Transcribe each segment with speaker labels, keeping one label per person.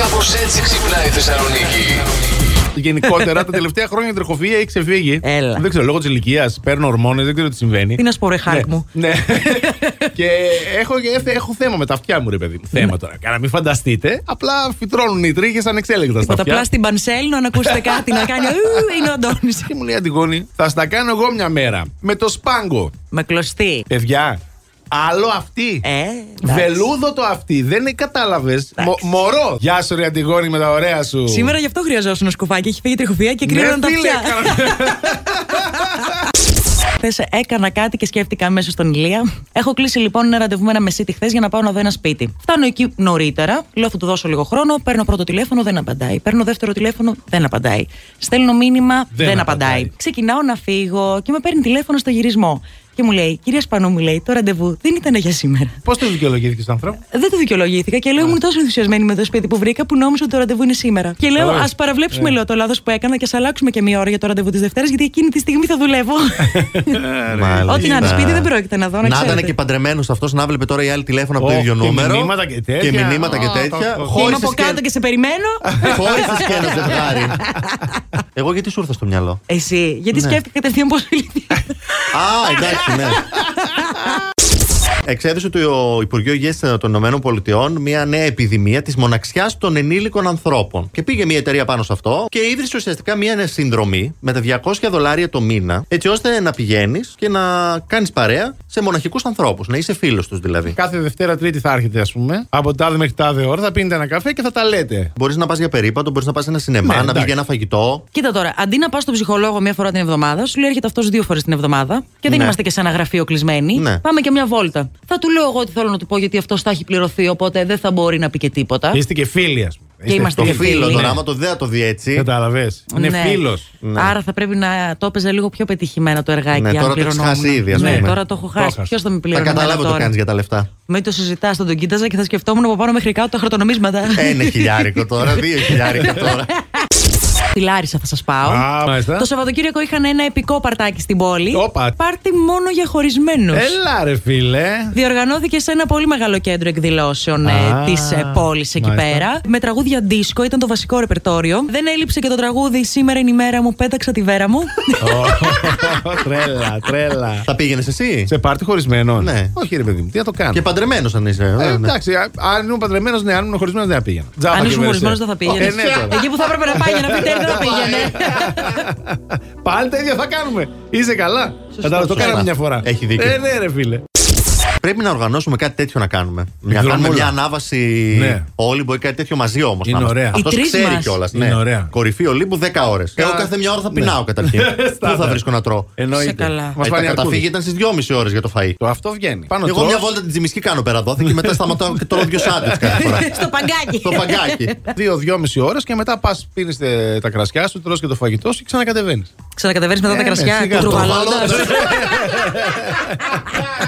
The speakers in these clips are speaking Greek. Speaker 1: Κάπως έτσι ξυπνάει η Θεσσαλονίκη.
Speaker 2: Γενικότερα τα τελευταία χρόνια η τροχοφυΐα έχει ξεφύγει.
Speaker 3: Έλα.
Speaker 2: Δεν ξέρω, λόγω της ηλικίας παίρνω ορμόνες, δεν ξέρω τι συμβαίνει.
Speaker 3: Τι να σου πω, ρε Χάρη
Speaker 2: Ναι.
Speaker 3: μου.
Speaker 2: Ναι. και έχω, έχω θέμα με τα αυτιά μου, ρε παιδί. μου. Θέμα τώρα. Καλά, μην φανταστείτε. Απλά φυτρώνουν οι τρίχε ανεξέλεγκτα στα
Speaker 3: Τίποτα.
Speaker 2: αυτιά.
Speaker 3: Απλά στην Πανσέλινο να ακούσετε κάτι να κάνει. «Ου, Είναι ο Αντώνης.
Speaker 2: Και μου λέει Αντιγόνη, θα στα κάνω εγώ μια μέρα. Με το σπάγκο.
Speaker 3: Με κλωστή.
Speaker 2: Παιδιά, άλλο αυτή.
Speaker 3: Ε, εντάξει.
Speaker 2: Βελούδο το αυτή. Δεν κατάλαβες. Μωρό. Γεια σου, ρε Αντιγόνη, με τα ωραία σου.
Speaker 3: Σήμερα γι' αυτό χρειαζόσουν σκουφάκι. Έχει φύγει η τριχοφυΐα και κρίνουν
Speaker 2: ναι,
Speaker 3: τα
Speaker 2: φίλε,
Speaker 3: αυτιά. Χθε έκανα κάτι και σκέφτηκα αμέσως τον Ηλία. Έχω κλείσει λοιπόν ένα ραντεβού με ένα μεσίτη χθες για να πάω να δω ένα σπίτι. Φτάνω εκεί νωρίτερα, λέω θα του δώσω λίγο χρόνο. Παίρνω πρώτο τηλέφωνο, δεν απαντάει. Παίρνω δεύτερο τηλέφωνο, δεν απαντάει. Στέλνω μήνυμα,
Speaker 2: Δεν
Speaker 3: δεν, απαντάει.
Speaker 2: απαντάει.
Speaker 3: Ξεκινάω να φύγω και με παίρνει τηλέφωνο στο γυρισμό. Και μου λέει, κυρία Σπανού, μου λέει, το ραντεβού δεν ήταν για σήμερα.
Speaker 2: Πώς το δικαιολογήθηκε στον άνθρωπο.
Speaker 3: Δεν το δικαιολογήθηκα και λέω ήμουν τόσο ενθουσιασμένη με το σπίτι που βρήκα που νόμιζα ότι το ραντεβού είναι σήμερα. Και λέω,
Speaker 2: Ωραία.
Speaker 3: ας παραβλέψουμε
Speaker 4: Ναι.
Speaker 2: Ε.
Speaker 3: λέω, το λάθος που έκανα και ας αλλάξουμε και μία ώρα για το ραντεβού της Δευτέρας, γιατί εκείνη τη στιγμή θα δουλεύω.
Speaker 4: Μάλιστα.
Speaker 3: Ό,τι να είναι σπίτι δεν πρόκειται να δω, να
Speaker 4: Να ήταν
Speaker 3: ξέρετε.
Speaker 4: και παντρεμένος αυτός, να βλέπει τώρα η άλλη τηλέφωνα από
Speaker 2: Ω,
Speaker 4: το ίδιο
Speaker 2: και
Speaker 4: νούμερο.
Speaker 2: μηνύματα και τέτοια.
Speaker 4: Και μηνύματα και
Speaker 2: Α,
Speaker 4: τέτοια.
Speaker 2: το- το-
Speaker 3: Και είμαι
Speaker 4: Χώρισες
Speaker 3: από κάτω και σε περιμένω.
Speaker 4: χώρισες και ένα ζευγάρι. Εγώ γιατί σου ήρθα στο μυαλό.
Speaker 3: Εσύ,
Speaker 4: Ναι.
Speaker 3: γιατί σκέφτηκα κατευθείαν πώς
Speaker 4: Α, εντάξει, ναι. Εξέδωσε το Υπουργείο Υγείας των Ηνωμένων Πολιτειών μια νέα επιδημία της μοναξιάς των ενήλικων ανθρώπων. Και πήγε μια εταιρεία πάνω σε αυτό και ίδρυσε ουσιαστικά μια συνδρομή με τα 200 δολάρια το μήνα, έτσι ώστε να πηγαίνεις και να κάνεις παρέα σε μοναχικούς ανθρώπους, να είσαι φίλος τους δηλαδή.
Speaker 2: Κάθε Δευτέρα Τρίτη θα έρχεται, ας πούμε. Από τάδε μέχρι τάδε ώρα θα πίνετε ένα καφέ και θα τα λέτε.
Speaker 4: Μπορείς να πας για περίπατο, μπορείς να πας σε ένα σινεμά,
Speaker 2: Ναι,
Speaker 4: να βγει
Speaker 2: εντάξει.
Speaker 4: για ένα φαγητό.
Speaker 3: Κοίτα τώρα, αντί να πας στον ψυχολόγο μία φορά την εβδομάδα, σου λέει έρχεται αυτός δύο φορές την εβδομάδα και δεν
Speaker 4: Ναι.
Speaker 3: είμαστε και σε ένα γραφείο κλεισμένοι.
Speaker 4: Ναι.
Speaker 3: Πάμε και μια βόλτα. Θα του λέω εγώ τι θέλω να του πω, γιατί αυτός θα έχει πληρωθεί, οπότε δεν θα μπορεί να πει και τίποτα.
Speaker 2: Είστε και φίλοι, ας πούμε. Είστε
Speaker 3: είμαστε
Speaker 4: Το
Speaker 3: και
Speaker 2: φίλοι.
Speaker 3: φίλοι.
Speaker 4: φίλο, τον
Speaker 3: Ναι.
Speaker 4: άμα το δεν θα το δει έτσι.
Speaker 2: Κατάλαβες. Είναι
Speaker 3: Ναι.
Speaker 2: φίλος.
Speaker 3: Άρα θα πρέπει να το έπαιζα λίγο πιο πετυχημένα το εργάκι.
Speaker 4: Ναι,
Speaker 3: αν
Speaker 4: τώρα το έχεις
Speaker 3: πληρωνόμουν.
Speaker 4: χάσει ήδη, ας
Speaker 3: Ναι,
Speaker 4: πούμε.
Speaker 3: τώρα το έχω
Speaker 2: Το
Speaker 3: χάσει.
Speaker 2: έχασες.
Speaker 3: Ποιος θα με
Speaker 4: Θα
Speaker 3: πληρώνει. εμένα
Speaker 4: καταλάβω το
Speaker 3: τώρα.
Speaker 4: κάνεις για τα λεφτά.
Speaker 3: Μην το συζητάς, θα τον κοίταζα και θα σκεφτόμουν από πάνω μέχρι κάτω τα χρωτονομίσματα.
Speaker 4: Ένα χιλιάρικο τώρα, δύο χιλιάρικα τώρα.
Speaker 3: Στη Λάρισα θα σας πάω.
Speaker 2: Α, μάλιστα.
Speaker 3: Το Σαββατοκύριακο είχαν ένα επικό παρτάκι στην πόλη.
Speaker 2: Όπα.
Speaker 3: Πάρτι μόνο για χωρισμένους.
Speaker 2: Έλα, ρε φίλε.
Speaker 3: Διοργανώθηκε σε ένα πολύ μεγάλο κέντρο εκδηλώσεων ε,
Speaker 2: Α,
Speaker 3: της πόλης εκεί
Speaker 2: μάλιστα.
Speaker 3: πέρα. Με τραγούδια disco, ήταν το βασικό ρεπερτόριο. Δεν έλειψε και το τραγούδι Σήμερα είναι η μέρα μου, πέταξα τη βέρα μου.
Speaker 2: Ω, τρέλα, τρέλα.
Speaker 4: Θα πήγαινες εσύ.
Speaker 2: Σε πάρτι χωρισμένο.
Speaker 4: Ναι.
Speaker 2: Όχι, ρε παιδί μου, τι να το κάνω.
Speaker 4: Και παντρεμένος αν είσαι.
Speaker 2: Ε,
Speaker 4: ναι.
Speaker 2: εντάξει, α- αν ήμουν παντρεμένος, ναι, αν ήμουν χωρισμένος, δεν θα πήγαινα. Τζάμπα
Speaker 3: Αν
Speaker 2: και
Speaker 3: ήσουν
Speaker 2: βέβαια.
Speaker 3: χωρισμένος, δεν θα πήγαινε.
Speaker 2: Ε, ναι, τώρα. Ναι.
Speaker 3: Εκεί που θα έπρεπε να πάει για να πει τέλει, δεν θα πήγαινε.
Speaker 2: Πάλι τα ίδια θα κάνουμε. Είσαι καλά. Κατάλαβες, το
Speaker 4: σωστά.
Speaker 2: κάναμε μια φορά.
Speaker 4: Έχει δίκιο.
Speaker 2: Ε, ναι, ρε φίλε.
Speaker 4: Πρέπει να οργανώσουμε κάτι τέτοιο να κάνουμε. Να
Speaker 2: δρομούλα.
Speaker 4: κάνουμε μια ανάβαση
Speaker 2: Ναι.
Speaker 4: όλοι, μπορεί κάτι τέτοιο μαζί όμως.
Speaker 2: Είναι ωραία.
Speaker 4: Αυτός
Speaker 3: Οι τρεις
Speaker 4: ξέρει
Speaker 3: μας.
Speaker 4: κιόλας.
Speaker 2: Είναι ωραία. Ε, ναι.
Speaker 4: Κορυφή Ολύμπου 10 ώρε. Εγώ κάθε μια ώρα θα πεινάω καταρχήν. Πού θα
Speaker 2: Στάνταρ.
Speaker 4: βρίσκω να τρώω.
Speaker 2: Εννοείται.
Speaker 3: Σε καλά.
Speaker 2: Μας
Speaker 4: Ε, τα
Speaker 2: φάνηκε αρκούδι.
Speaker 4: καταφύγια ήταν στις 2,5 ώρες για το φαΐ.
Speaker 2: Το αυτό βγαίνει. Πάνω
Speaker 4: Εγώ
Speaker 2: τρως,
Speaker 4: μια βόλτα την τσιμισκή κάνω πέρα δόθε και μετά σταματάω και τρώω δύο σάντες κάθε φορά.
Speaker 3: Στο παγκάκι.
Speaker 4: Στο Ε, παγκάκι.
Speaker 2: δύο-δυόμιση ώρες και μετά πας πίνεις τα κρασιά σου, τρως και το φαγητό σου και ξανακατεβαίνεις.
Speaker 3: Ξανακατεβαίνεις μετά
Speaker 2: Ε,
Speaker 3: τα
Speaker 2: ναι,
Speaker 3: κρασιά,
Speaker 2: σιγά,
Speaker 3: κουτρουβαλώντας.
Speaker 4: Κουβαλώντας.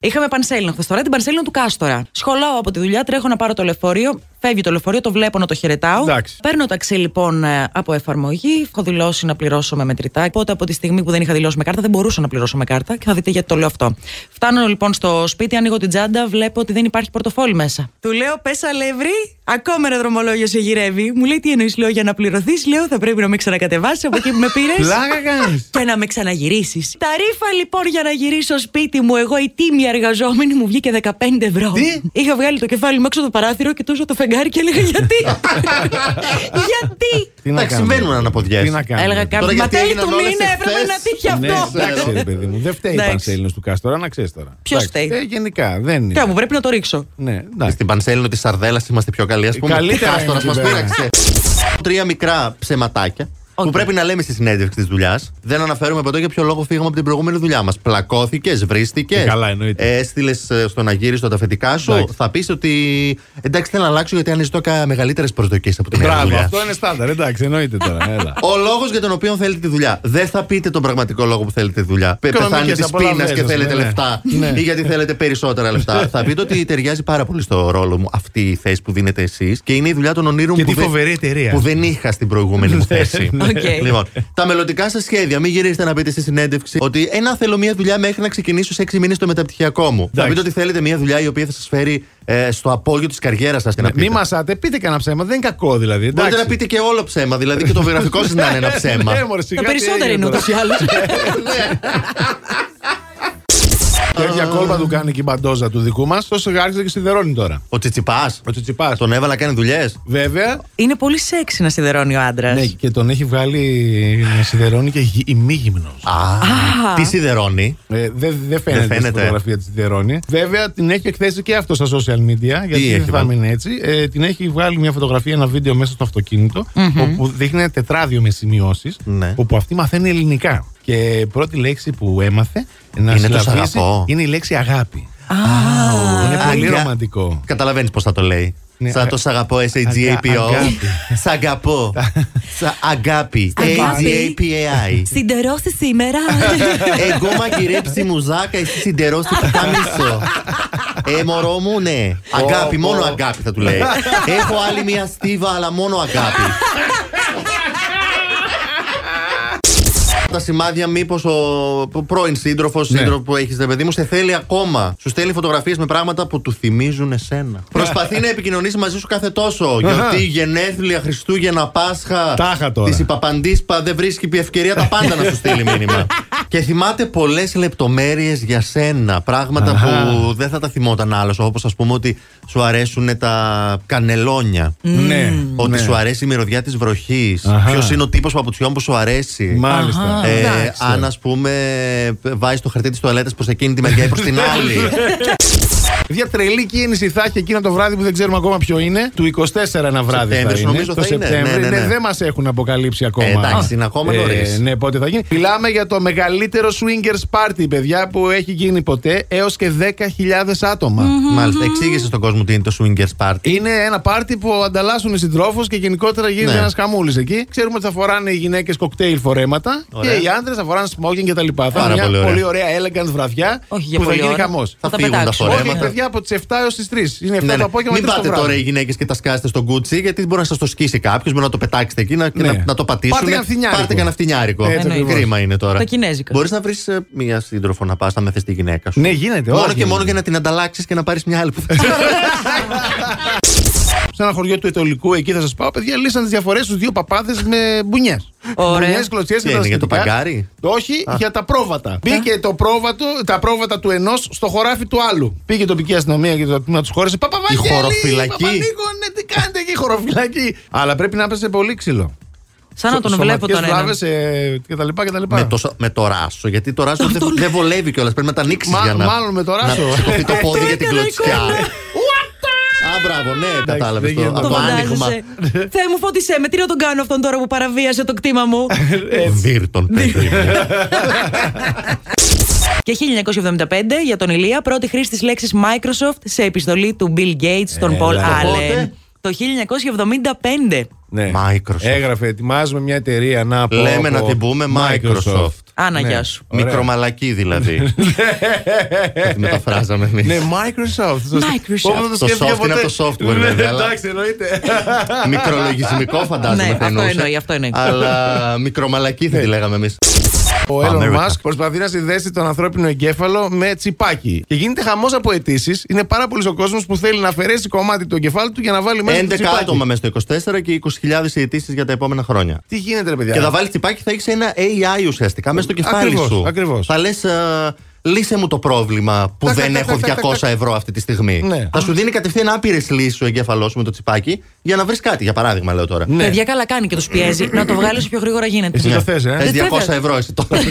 Speaker 3: Είχαμε πανσέλινο χθες τώρα, την πανσέλινο του Κάστορα. Σχολάω από τη δουλειά, τρέχω να πάρω το λεωφορείο. Φεύγει το λεωφορείο, το βλέπω να το χαιρετάω.
Speaker 2: Εντάξει.
Speaker 3: Παίρνω ταξί λοιπόν ε, από εφαρμογή. Έχω δηλώσει να πληρώσω με μετρητά. Οπότε από τη στιγμή που δεν είχα δηλώσει με κάρτα, δεν μπορούσα να πληρώσω με κάρτα. Και θα δείτε γιατί το λέω αυτό. Φτάνω λοιπόν στο σπίτι, ανοίγω την τσάντα, βλέπω ότι δεν υπάρχει πορτοφόλι μέσα. Του λέω, πες αλεύρι, ακόμα ένα δρομολόγιο σε γυρεύει. Μου λέει, τι εννοείς, λέω, για να πληρωθείς, λέω, θα πρέπει να με ξανακατεβάσεις από εκεί που με πήρες.
Speaker 2: Πλάκα κάνεις.
Speaker 3: Και να με ξαναγυρίσεις. Τα ρήφα λοιπόν για να γυρίσω σπίτι μου, εγώ η τίμια εργαζόμενη μου βγήκε 15 ευρώ.
Speaker 2: Τι?
Speaker 3: Είχα βγάλει το κεφάλι μου έξω από το παράθυρο, κοιτούσα το φεγγάρι και έλεγα γιατί. γιατί.
Speaker 2: Τι να
Speaker 4: Εντάξει,
Speaker 2: κάνουμε.
Speaker 4: συμβαίνουν αναποδιές.
Speaker 2: Τι να κάνουμε.
Speaker 3: Έλεγα
Speaker 4: Τώρα
Speaker 3: κάποιοι. Μα
Speaker 4: γιατί
Speaker 3: τέλη
Speaker 4: έγιναν
Speaker 3: του
Speaker 4: όλες
Speaker 3: μήνα έπρεπε
Speaker 4: εχθές.
Speaker 3: να τύχει
Speaker 2: Ναι,
Speaker 3: αυτό.
Speaker 2: εντάξει, ρε παιδί μου. Δεν φταίει η
Speaker 3: Εντάξει.
Speaker 2: πανσέλινος του Κάστορα, να ξέρεις τώρα.
Speaker 3: Ποιος
Speaker 2: Εντάξει,
Speaker 3: φταίει?
Speaker 2: ε, Γενικά δεν είναι.
Speaker 3: Κάπου πρέπει να το ρίξω.
Speaker 2: Ναι, εντάξει.
Speaker 4: Στην Πανσέλινο της Σαρδέλας είμαστε πιο καλοί, ας πούμε.
Speaker 2: Καλύτερα
Speaker 4: Κάστορας
Speaker 2: είναι ναι.
Speaker 4: μα
Speaker 2: εκεί πέρα.
Speaker 4: πείραξε. Τρία μικρά ψεματάκια
Speaker 3: Οκ.
Speaker 4: που πρέπει να λέμε στη συνέντευξη της δουλειάς. Δεν αναφέρουμε ποτέ για ποιο λόγο φύγαμε από την προηγούμενη δουλειά μας. Πλακώθηκες, βρίστηκες.
Speaker 2: Ε, καλά, εννοείται.
Speaker 4: Έστειλες ε, στον αγύριστο τα φετικά σου.
Speaker 2: Εντάξει.
Speaker 4: Θα πεις ότι εντάξει, θέλω να αλλάξω γιατί αναζητώ κα- μεγαλύτερες προσδοκίες από την άλλη
Speaker 2: Μπράβο,
Speaker 4: δουλειάς.
Speaker 2: αυτό είναι στάνταρ. Εντάξει, εννοείται τώρα. Έλα.
Speaker 4: Ο λόγος για τον οποίο θέλετε τη δουλειά. Δεν θα πείτε τον πραγματικό λόγο που θέλετε τη δουλειά. Πε-
Speaker 2: Οικονομικές
Speaker 4: Πεθάνει της
Speaker 2: απολαύσεις,
Speaker 4: πείνας και
Speaker 2: ας πούμε,
Speaker 4: θέλετε
Speaker 2: ναι.
Speaker 4: λεφτά.
Speaker 2: Ναι.
Speaker 4: Ή γιατί θέλετε περισσότερα λεφτά. θα πείτε ότι ταιριάζει πάρα πολύ στο ρόλο μου αυτή η θέση που δίνετε εσείς και είναι η δουλειά των ονείρων
Speaker 2: Και
Speaker 4: μου που,
Speaker 2: τη φοβερή εταιρεία.
Speaker 4: που δεν είχα στην προηγούμενη μου θέση.
Speaker 2: Ναι.
Speaker 3: Οκ.
Speaker 4: Λοιπόν, τα μελλοντικά σας σχέδια. Μην γυρίσετε να πείτε στη συνέντευξη ότι ένα θέλω μία δουλειά μέχρι να ξεκινήσω σε 6 μήνες το μεταπτυχιακό μου. Θα
Speaker 2: Εντάξει.
Speaker 4: πείτε ότι θέλετε μία δουλειά η οποία θα σας φέρει ε, στο απόγειο της καριέρας σας.
Speaker 2: Ναι, Μη μασάτε, πείτε κανένα ψέμα, δεν είναι κακό δηλαδή.
Speaker 4: Μπορείτε
Speaker 2: εντάξει.
Speaker 4: να πείτε και όλο ψέμα, δηλαδή και το βιογραφικό σας να είναι ένα ψέμα.
Speaker 2: Ναι, μωρέ, σιγά,
Speaker 3: Τα
Speaker 2: τι
Speaker 3: περισσότερα
Speaker 2: έγινε
Speaker 3: είναι
Speaker 2: τώρα.
Speaker 3: ούτως ή άλλως.
Speaker 2: Τέτοια κόλπα του κάνει και η μπαντόζα του δικού μας, τόσο άρχισε και σιδερώνει τώρα.
Speaker 4: Ο Τσιτσιπά.
Speaker 2: Ο Τσιτσιπά.
Speaker 4: Τον έβαλα κάνει δουλειές.
Speaker 2: Βέβαια.
Speaker 3: Είναι πολύ σεξι να σιδερώνει ο άντρας.
Speaker 2: Ναι, και τον έχει βγάλει να σιδερώνει και γυ- ημίγυμνο.
Speaker 4: Α, τι σιδερώνει.
Speaker 2: Ε, δεν δεν φαίνεται,
Speaker 4: φαίνεται.
Speaker 2: στη φωτογραφία τη Σιδερώνη. Βέβαια την έχει εκθέσει και αυτό στα social media, γιατί
Speaker 4: έχει
Speaker 2: δεν θα
Speaker 4: βάλει?
Speaker 2: μείνει έτσι. Ε, την έχει βάλει μια φωτογραφία, ένα βίντεο μέσα στο αυτοκινητο όπου δείχνει ένα τετράδιο με σημειώσεις,
Speaker 4: Ναι.
Speaker 2: όπου αυτή μαθαίνει ελληνικά. Και πρώτη λέξη που έμαθε να
Speaker 4: Είναι το σ'
Speaker 2: συλλαβήσει
Speaker 4: αγαπώ.
Speaker 2: είναι η λέξη αγάπη. είναι πολύ
Speaker 4: Αγγα-
Speaker 2: ρομαντικό.
Speaker 4: Καταλαβαίνεις πώς θα το λέει.
Speaker 2: Ναι,
Speaker 4: Σαν
Speaker 2: α-
Speaker 4: το σ' αγαπώ,
Speaker 2: Αγκα-
Speaker 4: S-A-G-A-P-O.
Speaker 2: αγάπη.
Speaker 4: Σ' αγαπώ. Σ'
Speaker 5: Αγάπη.
Speaker 4: αγάπη. A-G-A-P-A-I.
Speaker 5: Συντερώσει σήμερα.
Speaker 4: Εγώ μαγειρέψει μουζάκα, εσύ συντερώσει κουτάμισο. Ε, μωρό μου, ναι. Αγάπη, μόνο αγάπη θα του λέει. Έχω άλλη μία στίβα, αλλά μόνο αγάπη. Τα σημάδια, μήπως ο πρώην σύντροφος,
Speaker 2: Ναι.
Speaker 4: σύντροφο που έχεις, ρε παιδί μου, σε θέλει ακόμα. Σου στέλνει φωτογραφίες με πράγματα που του θυμίζουν εσένα. Προσπαθεί να επικοινωνήσει μαζί σου κάθε τόσο. Γιορτή, γενέθλια, Χριστούγεννα, Πάσχα.
Speaker 2: Τάχα τώρα.
Speaker 4: Της Παπαντίσπα δεν βρίσκει επί ευκαιρία τα πάντα να σου στείλει μήνυμα. Και θυμάται πολλές λεπτομέρειες για σένα. Πράγματα που δεν θα τα θυμόταν άλλος. Όπως ας πούμε ότι σου αρέσουν τα κανελόνια.
Speaker 2: Ναι.
Speaker 4: Ότι
Speaker 2: ναι.
Speaker 4: σου αρέσει η μυρωδιά της βροχής.
Speaker 2: Αχα.
Speaker 4: Ποιος είναι ο τύπος παπουτσιών που σου αρέσει.
Speaker 2: Μάλιστα.
Speaker 4: Ε,
Speaker 2: Εντάξει.
Speaker 4: αν ας πούμε βάζεις το χαρτί της τουαλέτα προς εκείνη τη μεριά ή προς την άλλη.
Speaker 2: Μια τρελή κίνηση θα έχει εκείνο το βράδυ που δεν ξέρουμε ακόμα ποιο είναι. Του 24 ένα βράδυ. θα
Speaker 4: Σεπτέμβρης
Speaker 2: είναι.
Speaker 4: νομίζω
Speaker 2: το
Speaker 4: θα είναι.
Speaker 2: Σεπτέμβρη.
Speaker 4: Ναι, ναι, ναι.
Speaker 2: δεν μας έχουν αποκαλύψει ακόμα.
Speaker 4: Ε, εντάξει, είναι ακόμα νωρίς.
Speaker 2: ναι, πότε θα γίνει. Μιλάμε για το μεγαλύτερο swingers party, παιδιά, που έχει γίνει ποτέ. Έως και 10.000 άτομα.
Speaker 4: Μάλιστα, εξήγησε στον κόσμο τι είναι το swingers party.
Speaker 2: Είναι ένα πάρτι που ανταλλάσσουν οι συντρόφους και γενικότερα γίνεται
Speaker 4: Ναι.
Speaker 2: ένας ένα χαμούλης εκεί. Ξέρουμε ότι θα φοράνε οι γυναίκες κοκτέιλ φορέματα
Speaker 4: Ωραία.
Speaker 2: και οι άντρες θα φοράνε smoking κτλ. Θα είναι
Speaker 4: Πάρα
Speaker 2: μια
Speaker 4: πολύ ωραία.
Speaker 2: πολύ ωραία elegant βραδιά
Speaker 3: Όχι για
Speaker 2: που θα
Speaker 3: πολλή
Speaker 2: γίνει
Speaker 3: ώρα.
Speaker 2: χαμός.
Speaker 4: Θα
Speaker 3: Θα τα
Speaker 4: φύγουν τα
Speaker 3: πετάξω.
Speaker 2: Όχι,
Speaker 4: φορέματα.
Speaker 2: παιδιά, από τις 7 έως τις 3. Είναι 7
Speaker 4: Ναι,
Speaker 2: Ε, το
Speaker 4: ναι.
Speaker 2: απόγευμα.
Speaker 4: Μην
Speaker 2: τρεις το
Speaker 4: πάτε
Speaker 2: βράδυ.
Speaker 4: τώρα οι γυναίκες και τα σκάσετε στον κούτσι, γιατί μπορεί να σας το σκίσει κάποιος, μπορεί να το πετάξετε εκεί να, και
Speaker 2: Ναι.
Speaker 4: να, να το πατήσουν.
Speaker 2: Πάρτε κανένα φθηνιάρικο.
Speaker 4: Πάρτε κανένα φθηνιάρικο.
Speaker 2: Έτσι
Speaker 3: ακριβώς.
Speaker 4: Κρίμα είναι τώρα.
Speaker 3: Τα κινέζικα.
Speaker 4: Μπορείς να βρεις μία σύντροφο να πας, να μεθες τη γυναίκα σου.
Speaker 2: Ναι, γίνεται.
Speaker 4: ε, μόνο
Speaker 2: όχι.
Speaker 4: και μόνο για να την ανταλλάξεις και να πάρεις μια άλλη που θα
Speaker 2: Σε ένα χωριό του Ετωλικού, εκεί θα σας πάω, παιδιά, λύσαν τις διαφορές τους δύο παπάδες με μπουνιές.
Speaker 3: Ωραία.
Speaker 2: Μπουνιές, κλωτσιέ
Speaker 4: Τι είναι, για το παγκάρι?
Speaker 2: Όχι, για τα πρόβατα. Μπήκε το πρόβατο, τα πρόβατα του ενός στο χωράφι του άλλου. Πήγε η τοπική αστυνομία και το τμήμα τους χώρεσε. Παπαβαγγέλη,
Speaker 4: χωροφυλακή.
Speaker 2: Παπανίκο, ναι, τι κάνετε εκεί, χωροφυλακή. Αλλά πρέπει να πέσει πολύ ξύλο.
Speaker 3: Σαν να τον
Speaker 2: Σωματικές
Speaker 3: βλέπω τον έναν.
Speaker 2: βλάβες, ε, και τα λοιπά και τα λοιπά.
Speaker 4: με, το, σο- με το ράσο. Γιατί το ράσο δεν δεν βολεύει κιόλας. Πρέπει να τα ανοίξεις
Speaker 2: Μα-
Speaker 4: για να.
Speaker 2: μάλλον με το ράσο.
Speaker 4: Να σηκωθεί το πόδι για την
Speaker 5: έκανα
Speaker 4: κλωτσιά.
Speaker 5: εικόνα.
Speaker 4: Α, μπράβο, ναι, κατάλαβες
Speaker 2: δεν
Speaker 4: το,
Speaker 2: γίνεται.
Speaker 4: από
Speaker 3: Το
Speaker 4: το άνοιγμα.
Speaker 3: φαντάζεσαι. Θεέ μου φώτισε με, τι να τον κάνω αυτόν τώρα που παραβίασε το κτήμα μου.
Speaker 4: Βίρτον, παιδί μου.
Speaker 3: Και 1975 για τον Ηλία, πρώτη χρήση της λέξης Microsoft σε επιστολή του Bill Gates στον Paul Allen.
Speaker 4: Πότε?
Speaker 3: Το 1975.
Speaker 2: Ναι.
Speaker 4: Microsoft.
Speaker 2: Έγραφε, ετοιμάζουμε μια εταιρεία να πω.
Speaker 4: Λέμε να
Speaker 2: πω,
Speaker 4: την πούμε Microsoft.
Speaker 3: Άνα,
Speaker 2: Ναι.
Speaker 3: γεια σου.
Speaker 2: Ωραία.
Speaker 4: Μικρομαλακή δηλαδή. Θα τη μεταφράζαμε εμείς.
Speaker 2: Ναι, Microsoft.
Speaker 3: Microsoft.
Speaker 2: Όπως
Speaker 4: Το
Speaker 2: σκέφτηκα
Speaker 4: soft είναι από το software,
Speaker 2: Ναι,
Speaker 4: βέβαια, αλλά-
Speaker 2: Εντάξει, εννοείται.
Speaker 4: Μικρολογισμικό φαντάζομαι
Speaker 3: Ναι,
Speaker 4: θα
Speaker 3: αυτό
Speaker 4: εννοούσε.
Speaker 3: εννοεί, αυτό εννοεί.
Speaker 4: Αλλά μικρομαλακή
Speaker 2: Ναι.
Speaker 4: θα τη λέγαμε εμείς.
Speaker 2: Ο
Speaker 4: Πάμε,
Speaker 2: Elon
Speaker 4: Ρίτα.
Speaker 2: Musk προσπαθεί να συνδέσει τον ανθρώπινο εγκέφαλο με τσιπάκι. Και γίνεται χαμός από αιτήσεις. Είναι πάρα πολλοί ο κόσμος που θέλει να αφαιρέσει κομμάτι του εγκεφάλου του για να βάλει μέσα στο
Speaker 4: 11
Speaker 2: τσιπάκι.
Speaker 4: άτομα μέσα στο 24 και 20.000 οι αιτήσεις για τα επόμενα χρόνια.
Speaker 2: Τι γίνεται, ρε παιδιά.
Speaker 4: Και θα βάλεις τσιπάκι, θα έχεις ένα AI ουσιαστικά μέσα στο κεφάλι
Speaker 2: Ακριβώς,
Speaker 4: σου.
Speaker 2: ακριβώς.
Speaker 4: Θα λες, λύσε μου το πρόβλημα που
Speaker 2: Τακ,
Speaker 4: δεν
Speaker 2: τακ,
Speaker 4: έχω
Speaker 2: τακ, τακ,
Speaker 4: 200
Speaker 2: τακ.
Speaker 4: ευρώ αυτή τη στιγμή.
Speaker 2: Ναι.
Speaker 4: Θα σου δίνει κατευθείαν άπειρες λύσεις ο εγκέφαλός σου με το τσιπάκι για να βρεις κάτι, για παράδειγμα, λέω τώρα. Ναι.
Speaker 2: Ναι.
Speaker 3: Παιδιά καλά κάνει και τους πιέζει να το βγάλεις όσο πιο γρήγορα γίνεται.
Speaker 2: Εσύ το θε,
Speaker 4: Θες
Speaker 2: ε.
Speaker 4: 200 ευρώ εσύ τώρα.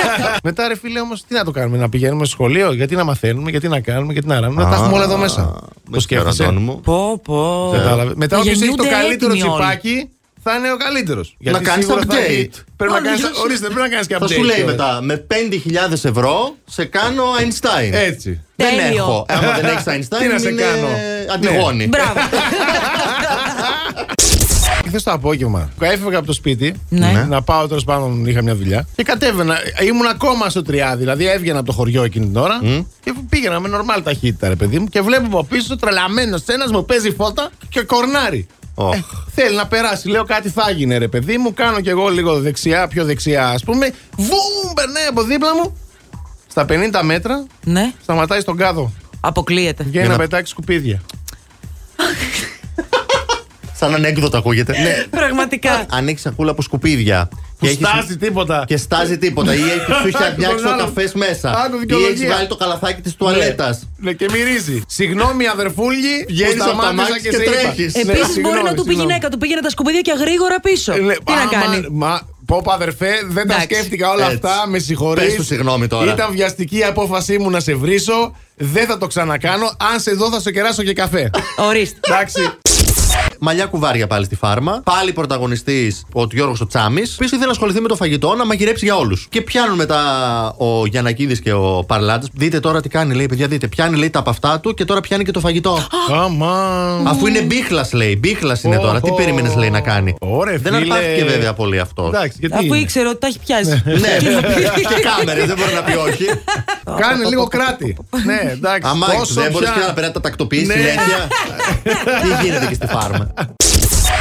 Speaker 2: Μετά, ρε φίλε, όμως, τι να το κάνουμε, να πηγαίνουμε στο σχολείο, γιατί να μαθαίνουμε, γιατί να κάνουμε, γιατί να ράμε. Να τα έχουμε όλα εδώ μέσα. Το σκέφτεσαι.
Speaker 3: Πω, πω.
Speaker 2: Κατάλαβε. Μετά, όποιος έχει το
Speaker 3: Ε, γεννιούνται
Speaker 2: καλύτερο
Speaker 3: έτοιμοι όλοι.
Speaker 2: τσιπάκι, θα είναι ο καλύτερος.
Speaker 4: Να κάνεις update.
Speaker 2: Πρέπει να
Speaker 3: Άντε,
Speaker 2: κάνει.
Speaker 3: γεια σου.
Speaker 2: Ορίστε, πρέπει να κάνεις και update.
Speaker 4: Θα σου λέει
Speaker 2: κιόλας.
Speaker 4: μετά, με 5.000 ευρώ σε κάνω Einstein.
Speaker 2: Έτσι.
Speaker 4: Δεν
Speaker 3: Τέλειο.
Speaker 4: έχω. Άμα δεν έχεις Einstein,
Speaker 2: Ε, Τι να σε
Speaker 4: είναι
Speaker 2: κάνω. Ναι.
Speaker 4: Αντιγόνη.
Speaker 3: Μπράβο.
Speaker 2: Χθε το απόγευμα έφευγα από το σπίτι
Speaker 3: Ναι. Ναι.
Speaker 2: να πάω τέλος πάντων. Είχα μια δουλειά και κατέβαινα. Ήμουν ακόμα στο τριάδι, δηλαδή έβγαινα από το χωριό εκείνη την ώρα και πήγαινα με normal ταχύτητα, ρε παιδί μου. Και βλέπω από πίσω τρελαμένος ένας μου παίζει φώτα και κορνάρι.
Speaker 4: Οχ.
Speaker 2: Ε, θέλει να περάσει. Λέω κάτι θα γίνει, ρε παιδί μου. Κάνω κι εγώ λίγο δεξιά, πιο δεξιά, ας πούμε. Βούμ, περνάει από δίπλα μου. Στα 50 μέτρα
Speaker 3: Ναι,
Speaker 2: σταματάει στον κάδο.
Speaker 3: αποκλείεται.
Speaker 2: Βγαίνει να
Speaker 4: να-
Speaker 2: πετάξει σκουπίδια.
Speaker 4: Σαν ανέκδοτα ακούγεται. Ναι.
Speaker 3: Πραγματικά.
Speaker 4: Αν έχεις σακούλα από σκουπίδια.
Speaker 2: Που
Speaker 4: έχεις-
Speaker 2: στάζει τίποτα.
Speaker 4: Και στάζει τίποτα. Ή έχεις σου έχει
Speaker 2: Άκου
Speaker 4: αδειάξει
Speaker 2: τον
Speaker 4: ο
Speaker 2: άλλον.
Speaker 4: καφές μέσα.
Speaker 2: Άκου
Speaker 4: Ή
Speaker 2: δικαιολογία.
Speaker 4: έχεις βάλει το καλαθάκι της
Speaker 2: Ναι.
Speaker 4: τουαλέτας.
Speaker 2: Ναι, και μυρίζει. Συγγνώμη, αδερφούλη, βγαίνεις
Speaker 4: σταμάτησα
Speaker 2: από τα μάτια
Speaker 4: και
Speaker 2: και, σε είπα.
Speaker 4: τρέχεις.
Speaker 2: Ναι,
Speaker 3: Επίση, μπορεί
Speaker 2: συγγνώμη,
Speaker 3: να του πει η
Speaker 2: συγγνώμη.
Speaker 3: γυναίκα του πήγαινε τα σκουπίδια και γρήγορα πίσω.
Speaker 2: Ε, λέ,
Speaker 3: Τι να
Speaker 2: άμα-
Speaker 3: κάνει.
Speaker 2: Μα, πω πω, αδερφέ, δεν τα
Speaker 3: Εντάξει.
Speaker 2: σκέφτηκα όλα
Speaker 4: Έτσι.
Speaker 2: αυτά, με συγχωρείς.
Speaker 4: Πες του συγγνώμη τώρα.
Speaker 2: Ήταν βιαστική η απόφασή μου να σε βρίσω, δεν θα το ξανακάνω, αν σε δω θα σε κεράσω και καφέ.
Speaker 3: Ορίστε.
Speaker 2: Εντάξει.
Speaker 4: Μαλλιά κουβάρια πάλι στη φάρμα. Πάλι πρωταγωνιστής ο Γιώργος ο Τσάμης. Πίσω ήθελε να ασχοληθεί με το φαγητό, να μαγειρέψει για όλους. Και πιάνουν μετά ο Γιανακίδης και ο Παρλάτης. Δείτε τώρα τι κάνει, λέει παιδιά, δείτε. Πιάνει, λέει τα από αυτά του και τώρα πιάνει και το φαγητό.
Speaker 2: Αμάν.
Speaker 4: Αφού είναι μπίχλας, λέει. Μπίχλας είναι Ναι, τώρα. Τι
Speaker 2: Οχο.
Speaker 4: περίμενες, λέει, να κάνει.
Speaker 2: Ωρε,
Speaker 4: Δεν
Speaker 2: φίλε.
Speaker 4: αρπάχτηκε βέβαια πολύ αυτός.
Speaker 2: Εντάξει, γιατί
Speaker 3: Αφού
Speaker 2: είναι.
Speaker 3: ήξερε ότι τα έχει πιάσει.
Speaker 4: Ναι,
Speaker 3: Και θα πει-
Speaker 4: και κάμερες, δεν μπορεί να πει όχι.
Speaker 2: Κάνε λίγο κράτη. ναι, εντάξει.
Speaker 4: Αμά
Speaker 2: Όσο
Speaker 4: δεν μπορείς
Speaker 2: πια-
Speaker 4: και να περάσει τα τακτοποιεί
Speaker 2: Ναι.
Speaker 4: συνέχεια. Τι γίνεται και στη φάρμα.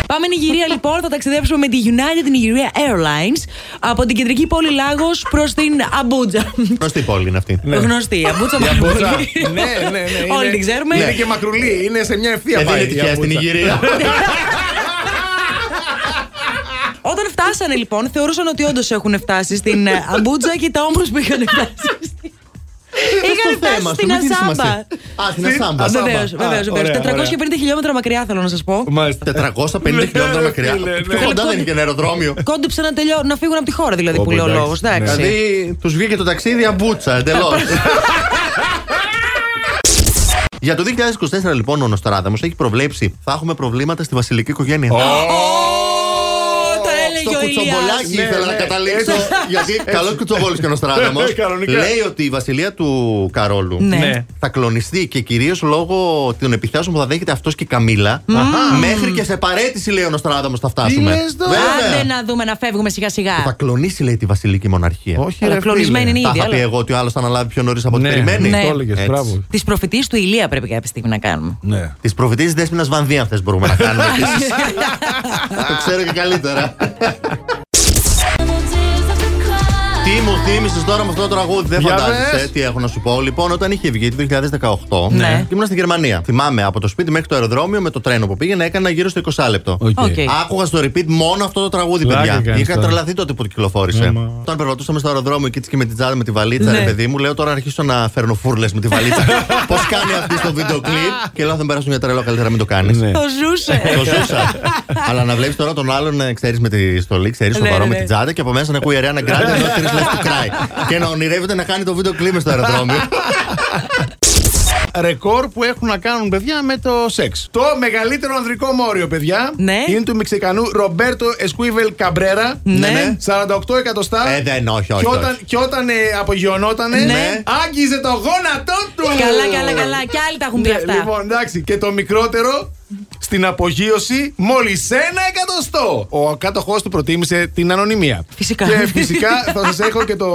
Speaker 3: Πάμε Νιγηρία λοιπόν, θα ταξιδέψουμε με τη United Nigeria Airlines από την κεντρική πόλη Λάγος προς την Αμπούτζα.
Speaker 4: Γνωστή πόλη είναι αυτή.
Speaker 2: Ναι.
Speaker 3: Γνωστή, η Αμπούτζα πάρα
Speaker 2: Αμπούτσα.
Speaker 3: πολύ.
Speaker 2: ναι, ναι, ναι. είναι- Ναι.
Speaker 3: Όλοι την ξέρουμε.
Speaker 2: Είναι και μακρουλή, είναι σε μια ευθεία
Speaker 4: Ε, δεν
Speaker 2: πάει
Speaker 4: είναι
Speaker 2: η
Speaker 4: τυχαία στην
Speaker 2: Αμπούτσα.
Speaker 4: Ιγυρία.
Speaker 3: Όταν φτάσανε λοιπόν, θεωρούσαν ότι όντως έχουν φτάσει στην ε, Αμπούτζα και τα όμως που είχαν φτάσει. στη- Είχαν
Speaker 4: Στο
Speaker 3: φτάσει
Speaker 4: θέμα σου,
Speaker 3: στην Ναι,
Speaker 4: μην δίνεις
Speaker 3: Ασάμπα.
Speaker 4: σημασία. Α, στην Ασάμπα.
Speaker 2: Ασάμπα. Α,
Speaker 3: Βεβαίως,
Speaker 2: ωραία,
Speaker 3: βεβαίω. 450 χιλιόμετρα μακριά θέλω να σας πω.
Speaker 2: Μάλιστα.
Speaker 4: 450
Speaker 2: Ναι,
Speaker 4: χιλιόμετρα
Speaker 2: ρε,
Speaker 4: μακριά.
Speaker 2: φίλε, ναι.
Speaker 4: Πιο κοντά δεν είναι και ένα αεροδρόμιο.
Speaker 3: Κόντεψαν να τελειώνουν, να φύγουν από τη χώρα δηλαδή που
Speaker 2: Όπου,
Speaker 3: λέει ο
Speaker 2: εντάξει,
Speaker 3: λόγος.
Speaker 2: ναι.
Speaker 3: Εντάξει.
Speaker 4: Δηλαδή τους βγήκε το ταξίδι αμπούτσα εντελώς. Για το 2024 λοιπόν ο Νοστράδαμος έχει προβλέψει θα έχουμε προβλήματα στη βασιλική οικογένεια.
Speaker 3: Ω, Τα έλεγε
Speaker 4: Στο
Speaker 3: ο Ηλίας.
Speaker 4: κουτσομπολάκι
Speaker 2: Ναι,
Speaker 4: ήθελα να
Speaker 2: ναι.
Speaker 4: καταλήξω.
Speaker 2: Έτσι. Ναι,
Speaker 4: Γιατί καλό κουτσομπόλη και ο Νοστράδαμος.
Speaker 2: Κανονικά.
Speaker 4: Λέει ότι η βασιλεία του Καρόλου
Speaker 3: Ναι.
Speaker 4: θα κλονιστεί και κυρίως λόγω των επιθέσεων που θα δέχεται αυτός και η Καμίλα. Μέχρι και σε παρέτηση, λέει ο Νοστράδαμος, θα φτάσουμε.
Speaker 2: λες τώρα.
Speaker 4: Βέβαια.
Speaker 3: Άντε να δούμε να φεύγουμε σιγά
Speaker 4: Θα
Speaker 3: σιγά.
Speaker 4: κλονίσει, λέει, τη βασιλική μοναρχία.
Speaker 2: Όχι,
Speaker 3: Αλλά
Speaker 2: ρε,
Speaker 3: κλονισμένη
Speaker 2: φίλε.
Speaker 3: είναι
Speaker 4: Τα
Speaker 3: ήδη,
Speaker 4: είχα πει
Speaker 3: αλλά-
Speaker 4: εγώ ότι ο άλλος θα αναλάβει πιο νωρίς από ό,τι
Speaker 2: Ναι,
Speaker 4: περιμένει.
Speaker 3: Ναι.
Speaker 2: το έλεγες.
Speaker 4: Έτσι.
Speaker 2: Μπράβο.
Speaker 3: Τις προφητείες του Ηλία πρέπει κάποια στιγμή να κάνουμε.
Speaker 2: Ναι.
Speaker 4: Τι προφητείε Δέσπινα Βανδία, αν θες μπορούμε να κάνουμε. επίσης. Το ξέρω και καλύτερα. Τι μου θύμισες τώρα με αυτό το τραγούδι, δεν
Speaker 2: Για
Speaker 4: φαντάζεσαι
Speaker 2: πες.
Speaker 4: τι έχω να σου πω. Λοιπόν, όταν είχε βγει το 2018,
Speaker 3: Ναι.
Speaker 4: ήμουν στη Γερμανία. Θυμάμαι από το σπίτι μέχρι το αεροδρόμιο με το τρένο που πήγαινα, έκανα γύρω στο 20 λεπτό.
Speaker 2: Οκ.
Speaker 3: Οκ.
Speaker 4: Άκουγα στο repeat μόνο αυτό το τραγούδι,
Speaker 2: Πλάκα
Speaker 4: παιδιά.
Speaker 2: κάνεις
Speaker 4: Είχα
Speaker 2: τώρα. Ναι,
Speaker 4: τρελαθεί τότε που κυκλοφόρησε. Όταν περπατούσαμε στο αεροδρόμιο και έτσι και με την τζάδα με τη βαλίτσα,
Speaker 3: Ναι.
Speaker 4: ρε παιδί μου, λέω τώρα αρχίσω να φέρνω φούρλες με τη βαλίτσα. Πώς κάνει αυτή στο βίντεο κλειπ. Και λέω, αν δεν περάσουν για τρελό, καλύτερα μην το κάνεις.
Speaker 2: Ναι.
Speaker 3: Το ζούσε.
Speaker 4: Το ζούσα. Αλλά να βλέπεις τώρα τον άλλον, ξέρεις με τη στολή, ξέρεις
Speaker 3: Ναι,
Speaker 4: σοβαρό
Speaker 3: ναι,
Speaker 4: με
Speaker 3: ναι.
Speaker 4: την τσάντα και από μέσα να ακούει η Ariana Grande ενώ τρει λε του κράει. Και να ονειρεύεται να κάνει το βίντεο κλίμα στο αεροδρόμιο.
Speaker 2: Ρεκόρ που έχουν να κάνουν, παιδιά, με το σεξ. Το μεγαλύτερο ανδρικό μόριο, παιδιά,
Speaker 3: Ναι.
Speaker 2: είναι του Μεξικανού Ρομπέρτο Εσκούιβελ Καμπρέρα.
Speaker 3: Ναι.
Speaker 2: 48 εκατοστά.
Speaker 4: Ε, δεν, όχι, όχι.
Speaker 2: και
Speaker 4: όχι.
Speaker 2: όταν, και όταν ε, απογειωνότανε,
Speaker 3: Ναι.
Speaker 2: άγγιζε το γόνατό του!
Speaker 3: Καλά, καλά, καλά. Και άλλοι τα έχουν πει
Speaker 2: Ναι,
Speaker 3: αυτά.
Speaker 2: Λοιπόν, εντάξει, και το μικρότερο στην απογείωση μόλις ένα εκατοστό. Ο κάτοχός του προτίμησε την ανωνυμία.
Speaker 3: Φυσικά.
Speaker 2: Και φυσικά θα σας έχω και το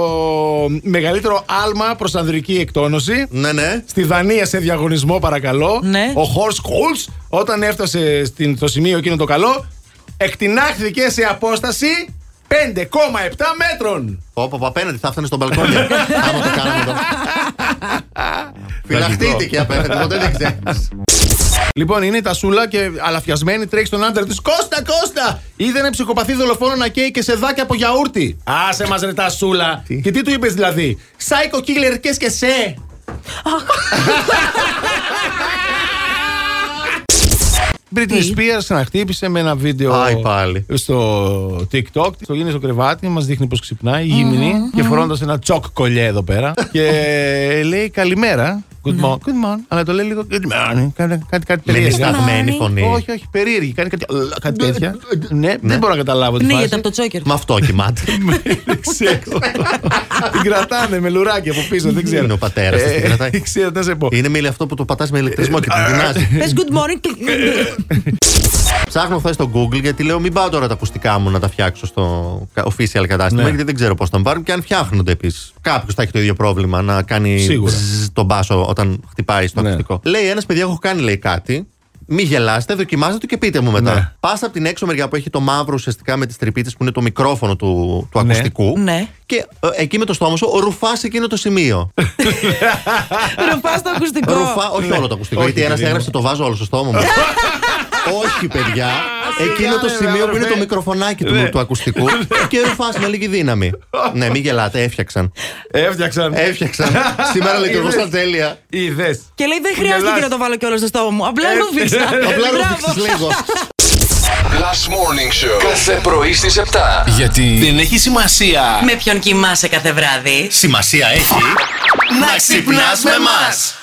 Speaker 2: μεγαλύτερο άλμα προς ανδρική εκτόνωση.
Speaker 4: Ναι, ναι.
Speaker 2: Στη Δανία σε διαγωνισμό παρακαλώ.
Speaker 3: Ναι.
Speaker 2: Ο Χορς Κούλς όταν έφτασε στην, στο σημείο εκείνο το καλό εκτινάχθηκε σε απόσταση 5,7 μέτρων.
Speaker 4: Όπω απέναντι, θα φτάνει στον μπαλκόνι. Άμα το κάναμε εδώ. Φυλαχτείτε και απέναντι, ποτέ δεν ξέρεις.
Speaker 2: Λοιπόν, είναι η Τασούλα και αλαφιασμένη τρέχει στον άντρα της. Κώστα, Κώστα! Είδε ένα ψυχοπαθή δολοφόνο να καίει και σε δάκια από γιαούρτι. Άσε μας ρε Τασούλα.
Speaker 4: Τι?
Speaker 2: Και τι του είπες δηλαδή. Σάικο killer και και σε. Britney
Speaker 3: Τι?
Speaker 2: Spears ξαναχτύπησε με ένα βίντεο
Speaker 4: Άι, πάλι.
Speaker 2: στο TikTok. Το γίνει στο κρεβάτι, μας δείχνει πώ ξυπνάει, γυμνη και φορώντας ένα τσοκ κολλιέ εδώ πέρα. και λέει καλημέρα. Good morning. Good morning. Αλλά το λέει λίγο. Good morning. Κάτι, κάτι, κάτι
Speaker 4: Με είναι
Speaker 2: περίεργο.
Speaker 4: σταθμένη φωνή.
Speaker 2: Όχι, όχι, περίεργη. Κάνει κάτι, κάτι τέτοια. ναι, δεν μπορώ να καταλάβω τη φάση.
Speaker 3: Πνίγεται από το τσόκερ.
Speaker 4: Με αυτό κοιμάται.
Speaker 2: Δεν ξέρω. Την κρατάνε με λουράκι από πίσω, δεν ξέρω.
Speaker 4: Είναι ο πατέρας της, την
Speaker 2: Ε,
Speaker 4: κρατάει.
Speaker 2: Ξέρω, δεν σε πω.
Speaker 4: Είναι μίλη αυτό που το πατάς με ηλεκτρισμό και την κοινάζει.
Speaker 3: Πε good morning.
Speaker 4: Ψάχνω χθες στο Google γιατί λέω μην πάω τώρα τα ακουστικά μου να τα φτιάξω στο κα- official κατάστημα
Speaker 2: Ναι.
Speaker 4: γιατί δεν ξέρω πώς θα μου πάρουν και αν φτιάχνονται επίσης. Κάποιος θα έχει το ίδιο πρόβλημα να κάνει
Speaker 2: Σίγουρα.
Speaker 4: ζζζ τον μπάσο όταν χτυπάει στο
Speaker 2: Ναι.
Speaker 4: ακουστικό. Λέει ένας παιδί, έχω κάνει λέει κάτι. Μην γελάστε, δοκιμάστε το και πείτε μου μετά.
Speaker 2: Ναι.
Speaker 4: Πας από την έξω μεριά που έχει το μαύρο ουσιαστικά με τις τρυπίτες που είναι το μικρόφωνο του, του
Speaker 2: Ναι.
Speaker 4: ακουστικού.
Speaker 3: Ναι.
Speaker 4: Και ε, εκεί με το στόμα σου ρουφάς εκείνο το σημείο.
Speaker 3: Ρουφάς το ακουστικό.
Speaker 4: Ρουφά, όχι όλο το ακουστικό.
Speaker 2: ναι. Όχι,
Speaker 4: Γιατί ένα
Speaker 2: παιδί μου.
Speaker 4: έγραψε το βάζω όλο στο στόμα μου. Όχι, παιδιά. Εκείνο το
Speaker 2: ρε, Ναι.
Speaker 4: σημείο που είναι
Speaker 2: αδερφέ.
Speaker 4: το μικροφωνάκι του, του ακουστικού και ρουφά με λίγη δύναμη. Ναι, μην γελάτε, έφτιαξαν.
Speaker 2: Έφτιαξαν.
Speaker 4: Έφτιαξαν. Σήμερα λειτουργούσαν τέλεια.
Speaker 2: Είδες.
Speaker 3: Και λέει δεν χρειάστηκε
Speaker 2: Γελάς.
Speaker 3: να το βάλω κιόλας στο στόμα μου. Απλά ρούφηξα.
Speaker 4: Απλά
Speaker 3: Μπράβο.
Speaker 4: ρουφήξε λίγο.
Speaker 1: Last Morning Show. Κάθε πρωί στις 7.
Speaker 5: Γιατί δεν έχει σημασία.
Speaker 3: Με ποιον κοιμάσαι κάθε βράδυ.
Speaker 5: Σημασία έχει
Speaker 4: Να ξυπνάς με μας.